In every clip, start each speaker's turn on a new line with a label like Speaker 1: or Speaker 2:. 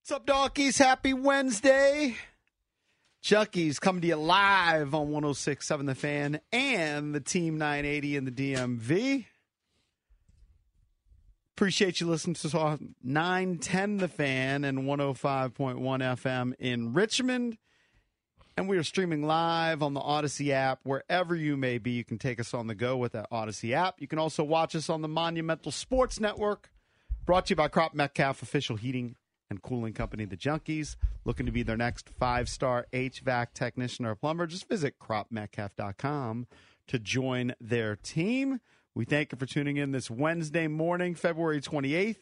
Speaker 1: What's up, donkeys? Happy Wednesday. Junkies coming to you live on 1067 The Fan and the Team 980 in the DMV. Appreciate you listening to us on 910 The Fan and 105.1 FM in Richmond. And we are streaming live on the Odyssey app, wherever you may be. You can take us on the go with that Odyssey app. You can also watch us on the Monumental Sports Network, brought to you by Crop Metcalf Official Heating and Cooling Company, the Junkies. Looking to be their next five star HVAC technician or plumber, just visit cropmetcalf.com to join their team. We thank you for tuning in this Wednesday morning, February 28th,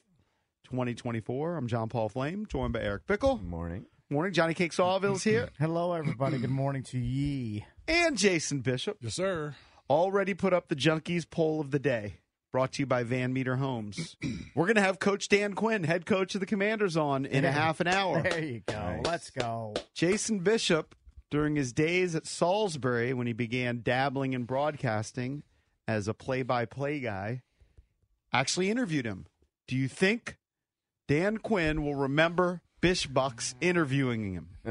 Speaker 1: 2024. I'm John Paul Flame, joined by Eric Bickle.
Speaker 2: Morning.
Speaker 1: Morning, Johnny Cake Sawville's here,
Speaker 3: Hello, everybody. Good morning to ye.
Speaker 1: and Jason Bishop.
Speaker 4: Yes, sir.
Speaker 1: already put up the junkies poll of the day brought to you by van meter homes we're going to have coach dan quinn head coach of the commanders on in a half an hour
Speaker 3: There you go. Let's go.
Speaker 1: jason bishop during his days at salisbury when he began dabbling in broadcasting as a play-by-play guy actually interviewed him do you think dan quinn will remember bish bucks interviewing him
Speaker 2: I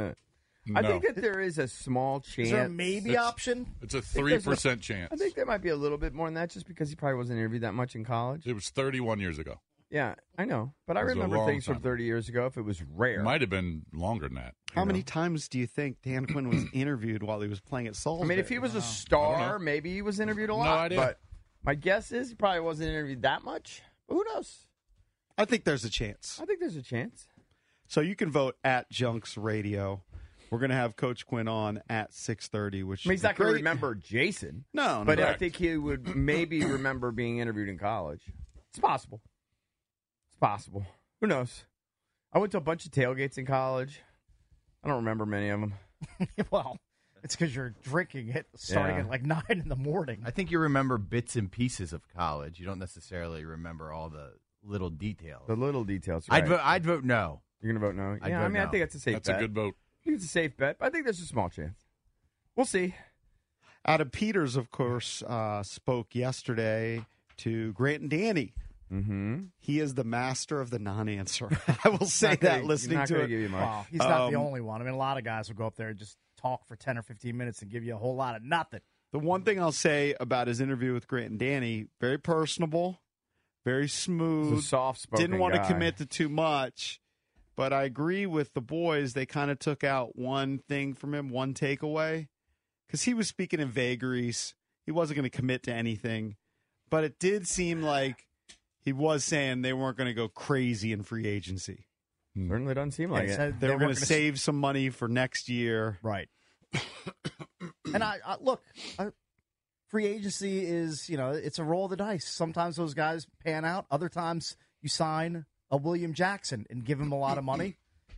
Speaker 4: Uh, No.
Speaker 2: think that there is a small chance.
Speaker 3: Is there a maybe
Speaker 4: It's-
Speaker 3: option?
Speaker 4: it's a
Speaker 2: think
Speaker 4: three
Speaker 2: there's a-
Speaker 4: percent chance.
Speaker 2: I think there might be a little bit more than that, just because he probably wasn't interviewed that much in college.
Speaker 4: it was 31 years ago.
Speaker 2: Yeah, I know, but I
Speaker 4: It was a
Speaker 2: remember
Speaker 4: long
Speaker 2: things from
Speaker 4: time.
Speaker 2: 30 years ago. If it was
Speaker 4: It
Speaker 2: rare,
Speaker 4: might have been longer than that.
Speaker 1: how many times do you think dan quinn was interviewed while he was playing at
Speaker 2: I
Speaker 1: salisbury
Speaker 2: mean, if he was a
Speaker 4: I
Speaker 2: star,
Speaker 4: don't
Speaker 2: maybe he was interviewed a
Speaker 4: No
Speaker 2: lot.
Speaker 4: idea.
Speaker 2: But my guess is he probably wasn't interviewed that much. But who knows?
Speaker 1: i think there's a chance
Speaker 2: I think there's a chance.
Speaker 1: So you can vote at Junks Radio. We're gonna have Coach Quinn on at six thirty, which
Speaker 2: I mean, he's
Speaker 1: should be
Speaker 2: not going to
Speaker 1: great.
Speaker 2: remember Jason,
Speaker 1: No, no,
Speaker 2: but uh, I
Speaker 4: Correct.
Speaker 2: think he would maybe remember being interviewed in college. It's possible. It's possible. Who knows? I went to a bunch of tailgates in college. I don't remember many of them.
Speaker 3: well, it's because you're drinking it starting
Speaker 2: Yeah.
Speaker 3: at like nine in the morning.
Speaker 5: I think you remember bits and pieces of college. You don't necessarily remember all the little details.
Speaker 2: The little details.
Speaker 5: I'd
Speaker 2: right.
Speaker 5: vote. I'd vote no.
Speaker 2: You're gonna vote no.
Speaker 5: I'd
Speaker 2: yeah, I
Speaker 5: vote
Speaker 2: mean, I
Speaker 5: no.
Speaker 2: think that's a safe.
Speaker 4: That's
Speaker 2: bet.
Speaker 4: a good vote.
Speaker 2: I think it's a safe bet, but I think there's a small chance. We'll see.
Speaker 1: Adam Peters, of course, uh, spoke yesterday to Grant and Danny.
Speaker 2: Mm-hmm.
Speaker 1: He is the master of the non-answer. I will say that listening
Speaker 2: not
Speaker 1: to
Speaker 2: gonna
Speaker 1: it.
Speaker 2: give you much.
Speaker 3: Wow, he's not the
Speaker 1: Um,
Speaker 3: only one. I mean, a lot of guys will go up there and just talk for 10 or 15 minutes and give you a whole lot of nothing.
Speaker 1: The one thing I'll say about his interview with Grant and Danny: very personable, very
Speaker 2: He's a
Speaker 1: smooth.
Speaker 2: soft-spoken.
Speaker 1: Didn't want
Speaker 2: guy.
Speaker 1: to commit to too much. But I agree with the boys. They kind of took out one thing from him, one takeaway, because he was speaking in vagaries. He wasn't going to commit to anything. But it did seem like he was saying they weren't going to go crazy in free agency.
Speaker 2: Certainly doesn't seem like
Speaker 3: He
Speaker 2: it.
Speaker 3: said
Speaker 1: They, were going
Speaker 3: weren't
Speaker 1: to
Speaker 3: gonna-
Speaker 1: save some money for next year.
Speaker 3: Right. and I, I look, I, free agency is, you know, it's a roll of the dice. Sometimes those guys pan out, other times you sign a William Jackson and give him a lot of money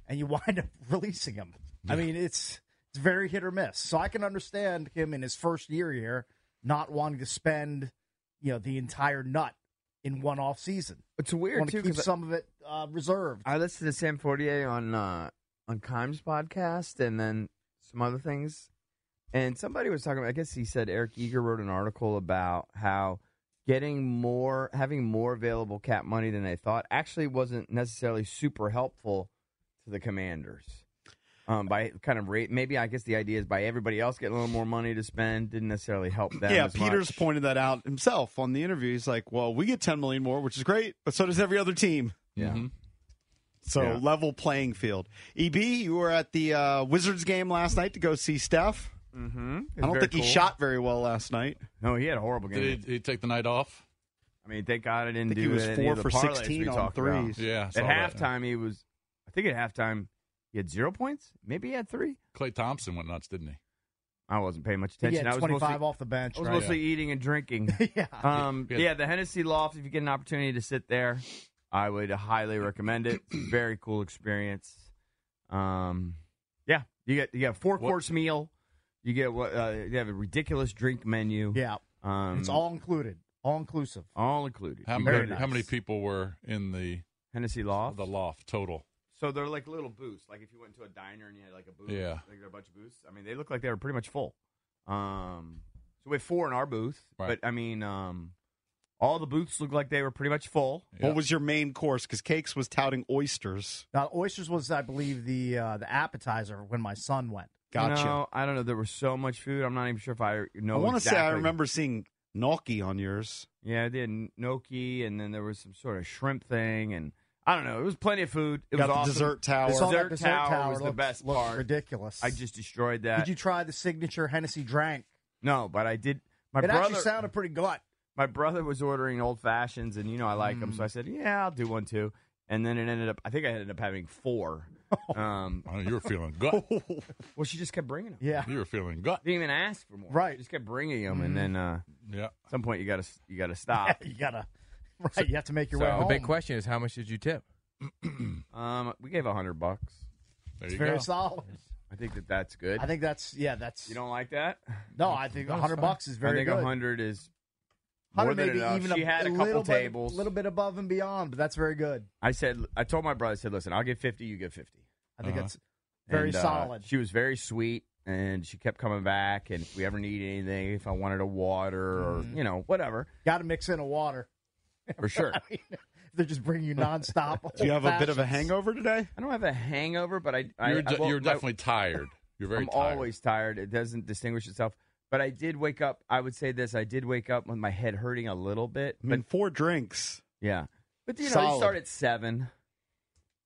Speaker 3: and you wind up releasing him. I mean, it's it's very hit or miss. So I can understand him in his first year here not wanting to spend, you know, the entire nut in one off season.
Speaker 2: It's weird
Speaker 3: Want
Speaker 2: too
Speaker 3: to keep
Speaker 2: because
Speaker 3: some of it uh, reserved.
Speaker 2: I listened to Sam Fortier on uh, on Kimes podcast and then some other things. And somebody was talking about I guess he said Eric Eager wrote an article about how getting more having more available cap money than they thought actually wasn't necessarily super helpful to the commanders. Um, by kind of rate, maybe I guess the idea is by everybody else getting a little more money to spend didn't necessarily help them.
Speaker 1: yeah,
Speaker 2: as
Speaker 1: Peters
Speaker 2: much.
Speaker 1: pointed that out himself on the interview. He's like, "Well, we get 10 million more, which is great, but so does every other team."
Speaker 2: Yeah,
Speaker 4: Mhm.
Speaker 1: So
Speaker 2: Yeah.
Speaker 1: level playing field. EB, you were at the uh, Wizards game last night to go see Steph.
Speaker 2: mm-hmm.
Speaker 1: I don't think he shot very well last night.
Speaker 2: No, he had a horrible game.
Speaker 4: Did he, he take the night off?
Speaker 2: I mean, thank God I didn't
Speaker 1: think he
Speaker 2: do
Speaker 1: was
Speaker 2: any
Speaker 1: four
Speaker 2: of the
Speaker 1: for
Speaker 2: parlays
Speaker 1: 16
Speaker 2: we
Speaker 1: on
Speaker 2: talked about.
Speaker 1: threes.
Speaker 4: Yeah. I saw
Speaker 2: At
Speaker 4: that.
Speaker 2: halftime, he was. I think at halftime, he had zero points. Maybe he had three.
Speaker 4: Clay Thompson went nuts, didn't he?
Speaker 2: I wasn't paying much
Speaker 3: He
Speaker 2: attention.
Speaker 3: had
Speaker 2: I was
Speaker 3: 25
Speaker 2: mostly, Oh,
Speaker 3: off the bench,
Speaker 2: I was
Speaker 3: right?
Speaker 2: mostly eating and drinking.
Speaker 3: yeah.
Speaker 2: um,
Speaker 4: Good.
Speaker 2: yeah, the Hennessy Loft. If you get an opportunity to sit there, I would highly recommend it. It's a very cool experience. Um, yeah, you get you get a four
Speaker 4: What-
Speaker 2: course meal. You get what uh, you have a ridiculous drink menu.
Speaker 3: Yeah.
Speaker 2: um,
Speaker 3: It's all included, all inclusive.
Speaker 2: all included.
Speaker 4: How
Speaker 2: You
Speaker 4: many?
Speaker 3: Very
Speaker 4: How
Speaker 3: nice.
Speaker 4: many people were in the
Speaker 2: Hennessy Loft?
Speaker 4: the loft total?
Speaker 2: So they're like little booths. Like if you went to a diner and you had like a booth,
Speaker 4: Yeah.
Speaker 2: like there are a bunch of booths. I mean, they look like they were pretty much full. Um, so we had four in our booth,
Speaker 4: Right.
Speaker 2: but I mean, um, All the booths looked like they were pretty much full.
Speaker 1: What was your main course? Because Cakes was touting oysters.
Speaker 3: Now, oysters was, I believe, the uh, the appetizer when my son went.
Speaker 1: Gotcha.
Speaker 2: You know, I don't know. There was so much food. I'm not even sure if I know.
Speaker 1: I want to say I
Speaker 2: exactly.
Speaker 1: remember seeing gnocchi on yours.
Speaker 2: Yeah, they had gnocchi, and then there was some sort of shrimp thing, and I don't know. It was plenty of food. It
Speaker 1: Got
Speaker 2: was
Speaker 1: the
Speaker 2: awesome.
Speaker 1: dessert tower.
Speaker 3: I saw that
Speaker 2: Dessert tower was the
Speaker 3: looked-
Speaker 2: best
Speaker 3: looked
Speaker 2: part.
Speaker 3: Ridiculous.
Speaker 2: I just destroyed that.
Speaker 3: Did you try the signature Hennessy drank?
Speaker 2: No, but I did. My
Speaker 3: it
Speaker 2: brother,
Speaker 3: actually sounded pretty gut.
Speaker 2: my brother was ordering old fashions, and you know I like them,
Speaker 3: Mm.
Speaker 2: so I said, "Yeah, I'll do one too." And then it ended up. I think I ended up having four. Um,
Speaker 4: Oh, you were feeling gut.
Speaker 2: well, she just kept bringing them.
Speaker 3: Yeah.
Speaker 4: You were feeling gut.
Speaker 2: Didn't even ask for more.
Speaker 3: Right. Mm-hmm.
Speaker 2: Just kept bringing them, and then uh,
Speaker 4: Yeah.
Speaker 2: at some point you gotta you gotta stop.
Speaker 3: you gotta. Right, you have to make your
Speaker 2: Mm-hmm. So-
Speaker 3: way
Speaker 2: The
Speaker 6: The
Speaker 3: home.
Speaker 6: big question is how much did you tip?
Speaker 2: um, we gave a hundred bucks.
Speaker 4: There
Speaker 3: It's
Speaker 4: you
Speaker 3: very
Speaker 4: go.
Speaker 3: solid.
Speaker 2: I think that that's good.
Speaker 3: I think that's yeah. That's
Speaker 2: you don't like that.
Speaker 3: no. I think
Speaker 6: That's
Speaker 3: hundred
Speaker 6: fine.
Speaker 3: bucks is very
Speaker 2: I think
Speaker 3: good.
Speaker 2: a hundred is more
Speaker 3: 100
Speaker 2: than
Speaker 3: maybe
Speaker 2: enough.
Speaker 3: even
Speaker 2: she
Speaker 3: a,
Speaker 2: had a couple
Speaker 3: little
Speaker 2: tables.
Speaker 3: a little bit above and beyond, but that's very good.
Speaker 2: I said I told my brother, I said, listen, I'll give fifty, you give fifty.
Speaker 3: I think
Speaker 4: Uh-huh.
Speaker 3: that's very
Speaker 2: And, uh,
Speaker 3: solid.
Speaker 2: she was very sweet and she kept coming back and if we ever needed anything, if I wanted a water or
Speaker 3: Mm-hmm.
Speaker 2: you know, whatever.
Speaker 3: Got to mix in a water.
Speaker 2: For sure.
Speaker 3: I mean, they're just bringing you nonstop.
Speaker 1: Do you have a bit of a
Speaker 3: old-fashions.
Speaker 1: hangover today?
Speaker 2: I don't have a hangover, but I, I
Speaker 4: You're,
Speaker 2: I-
Speaker 4: de-
Speaker 2: well,
Speaker 4: you're
Speaker 2: my-
Speaker 4: definitely tired. You're very
Speaker 2: I'm
Speaker 4: tired.
Speaker 2: always tired. It doesn't distinguish itself. But I did wake up I would say this, I did wake up with my head hurting a little bit.
Speaker 1: I
Speaker 2: But
Speaker 4: Mm.
Speaker 1: mean, four drinks.
Speaker 2: yeah. But you know, you
Speaker 1: Solid.
Speaker 2: start at seven.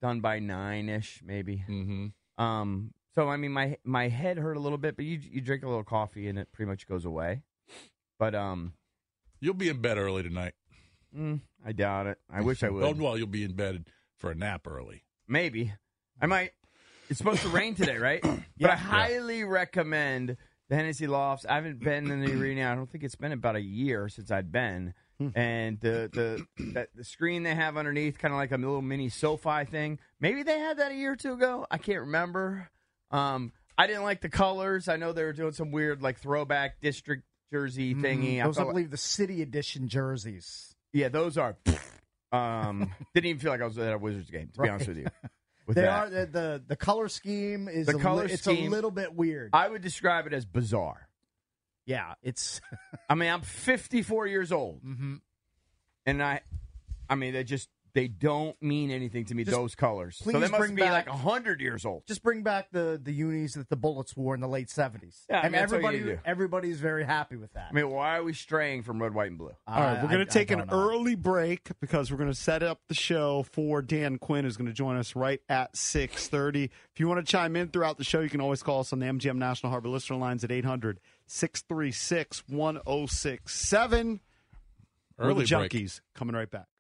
Speaker 2: Done by nine ish, maybe.
Speaker 4: hmm
Speaker 2: Um, so I mean, my my head hurt a little bit, but you you drink a little coffee and it pretty much goes away. But um,
Speaker 4: You'll be in bed early tonight.
Speaker 2: mm, I doubt it. I wish I
Speaker 4: Oh,
Speaker 2: would.
Speaker 4: well, you'll be in bed for a nap early.
Speaker 2: Maybe I might. It's supposed to rain today, right? But I highly recommend the Hennessy Lofts. I haven't been in the arena. I don't think it's been about a year since I've been. And the the that, the screen they have underneath, kind of like a little mini SoFi thing. Maybe they had that a year or two ago. I can't remember. Um, I didn't like the colors. I know they were doing some weird like throwback district jersey thingy. I
Speaker 3: Mm, Those, I
Speaker 2: felt like-
Speaker 3: believe, the city edition jerseys.
Speaker 2: yeah, those are. um, didn't even feel like I was at a Wizards game. To be
Speaker 3: Right.
Speaker 2: honest with you, with
Speaker 3: They
Speaker 2: that.
Speaker 3: are the, the the color scheme is
Speaker 2: The
Speaker 3: a
Speaker 2: color
Speaker 3: li- it's a
Speaker 2: scheme-
Speaker 3: little bit weird.
Speaker 2: I would describe it as bizarre.
Speaker 3: yeah, it's
Speaker 2: I mean, I'm 54 years old,
Speaker 3: Mm-hmm.
Speaker 2: and I, I mean, they just they don't mean anything to me.
Speaker 3: Just
Speaker 2: those colors, so
Speaker 3: please
Speaker 2: they must
Speaker 3: bring
Speaker 2: be
Speaker 3: back-
Speaker 2: like 100 years old.
Speaker 3: just bring back the the unis that the Bullets wore in the late seventies.
Speaker 2: Yeah, I
Speaker 3: and
Speaker 2: mean, that's what you
Speaker 3: everybody
Speaker 2: do.
Speaker 3: everybody's very happy with that. Uh,
Speaker 2: I mean, why are we straying from red, white, and blue?
Speaker 1: All right, we're
Speaker 3: I-
Speaker 1: going
Speaker 3: I-
Speaker 1: to take an
Speaker 3: I don't know.
Speaker 1: early break because we're going to set up the show for Dan Quinn, who's going to join us right at 6.30. If you want to chime in throughout the show, you can always call us on the MGM National Harbor Listener Lines at 800-636-1067. We're
Speaker 4: Early
Speaker 1: the
Speaker 4: break.
Speaker 1: Junkies. Coming right back.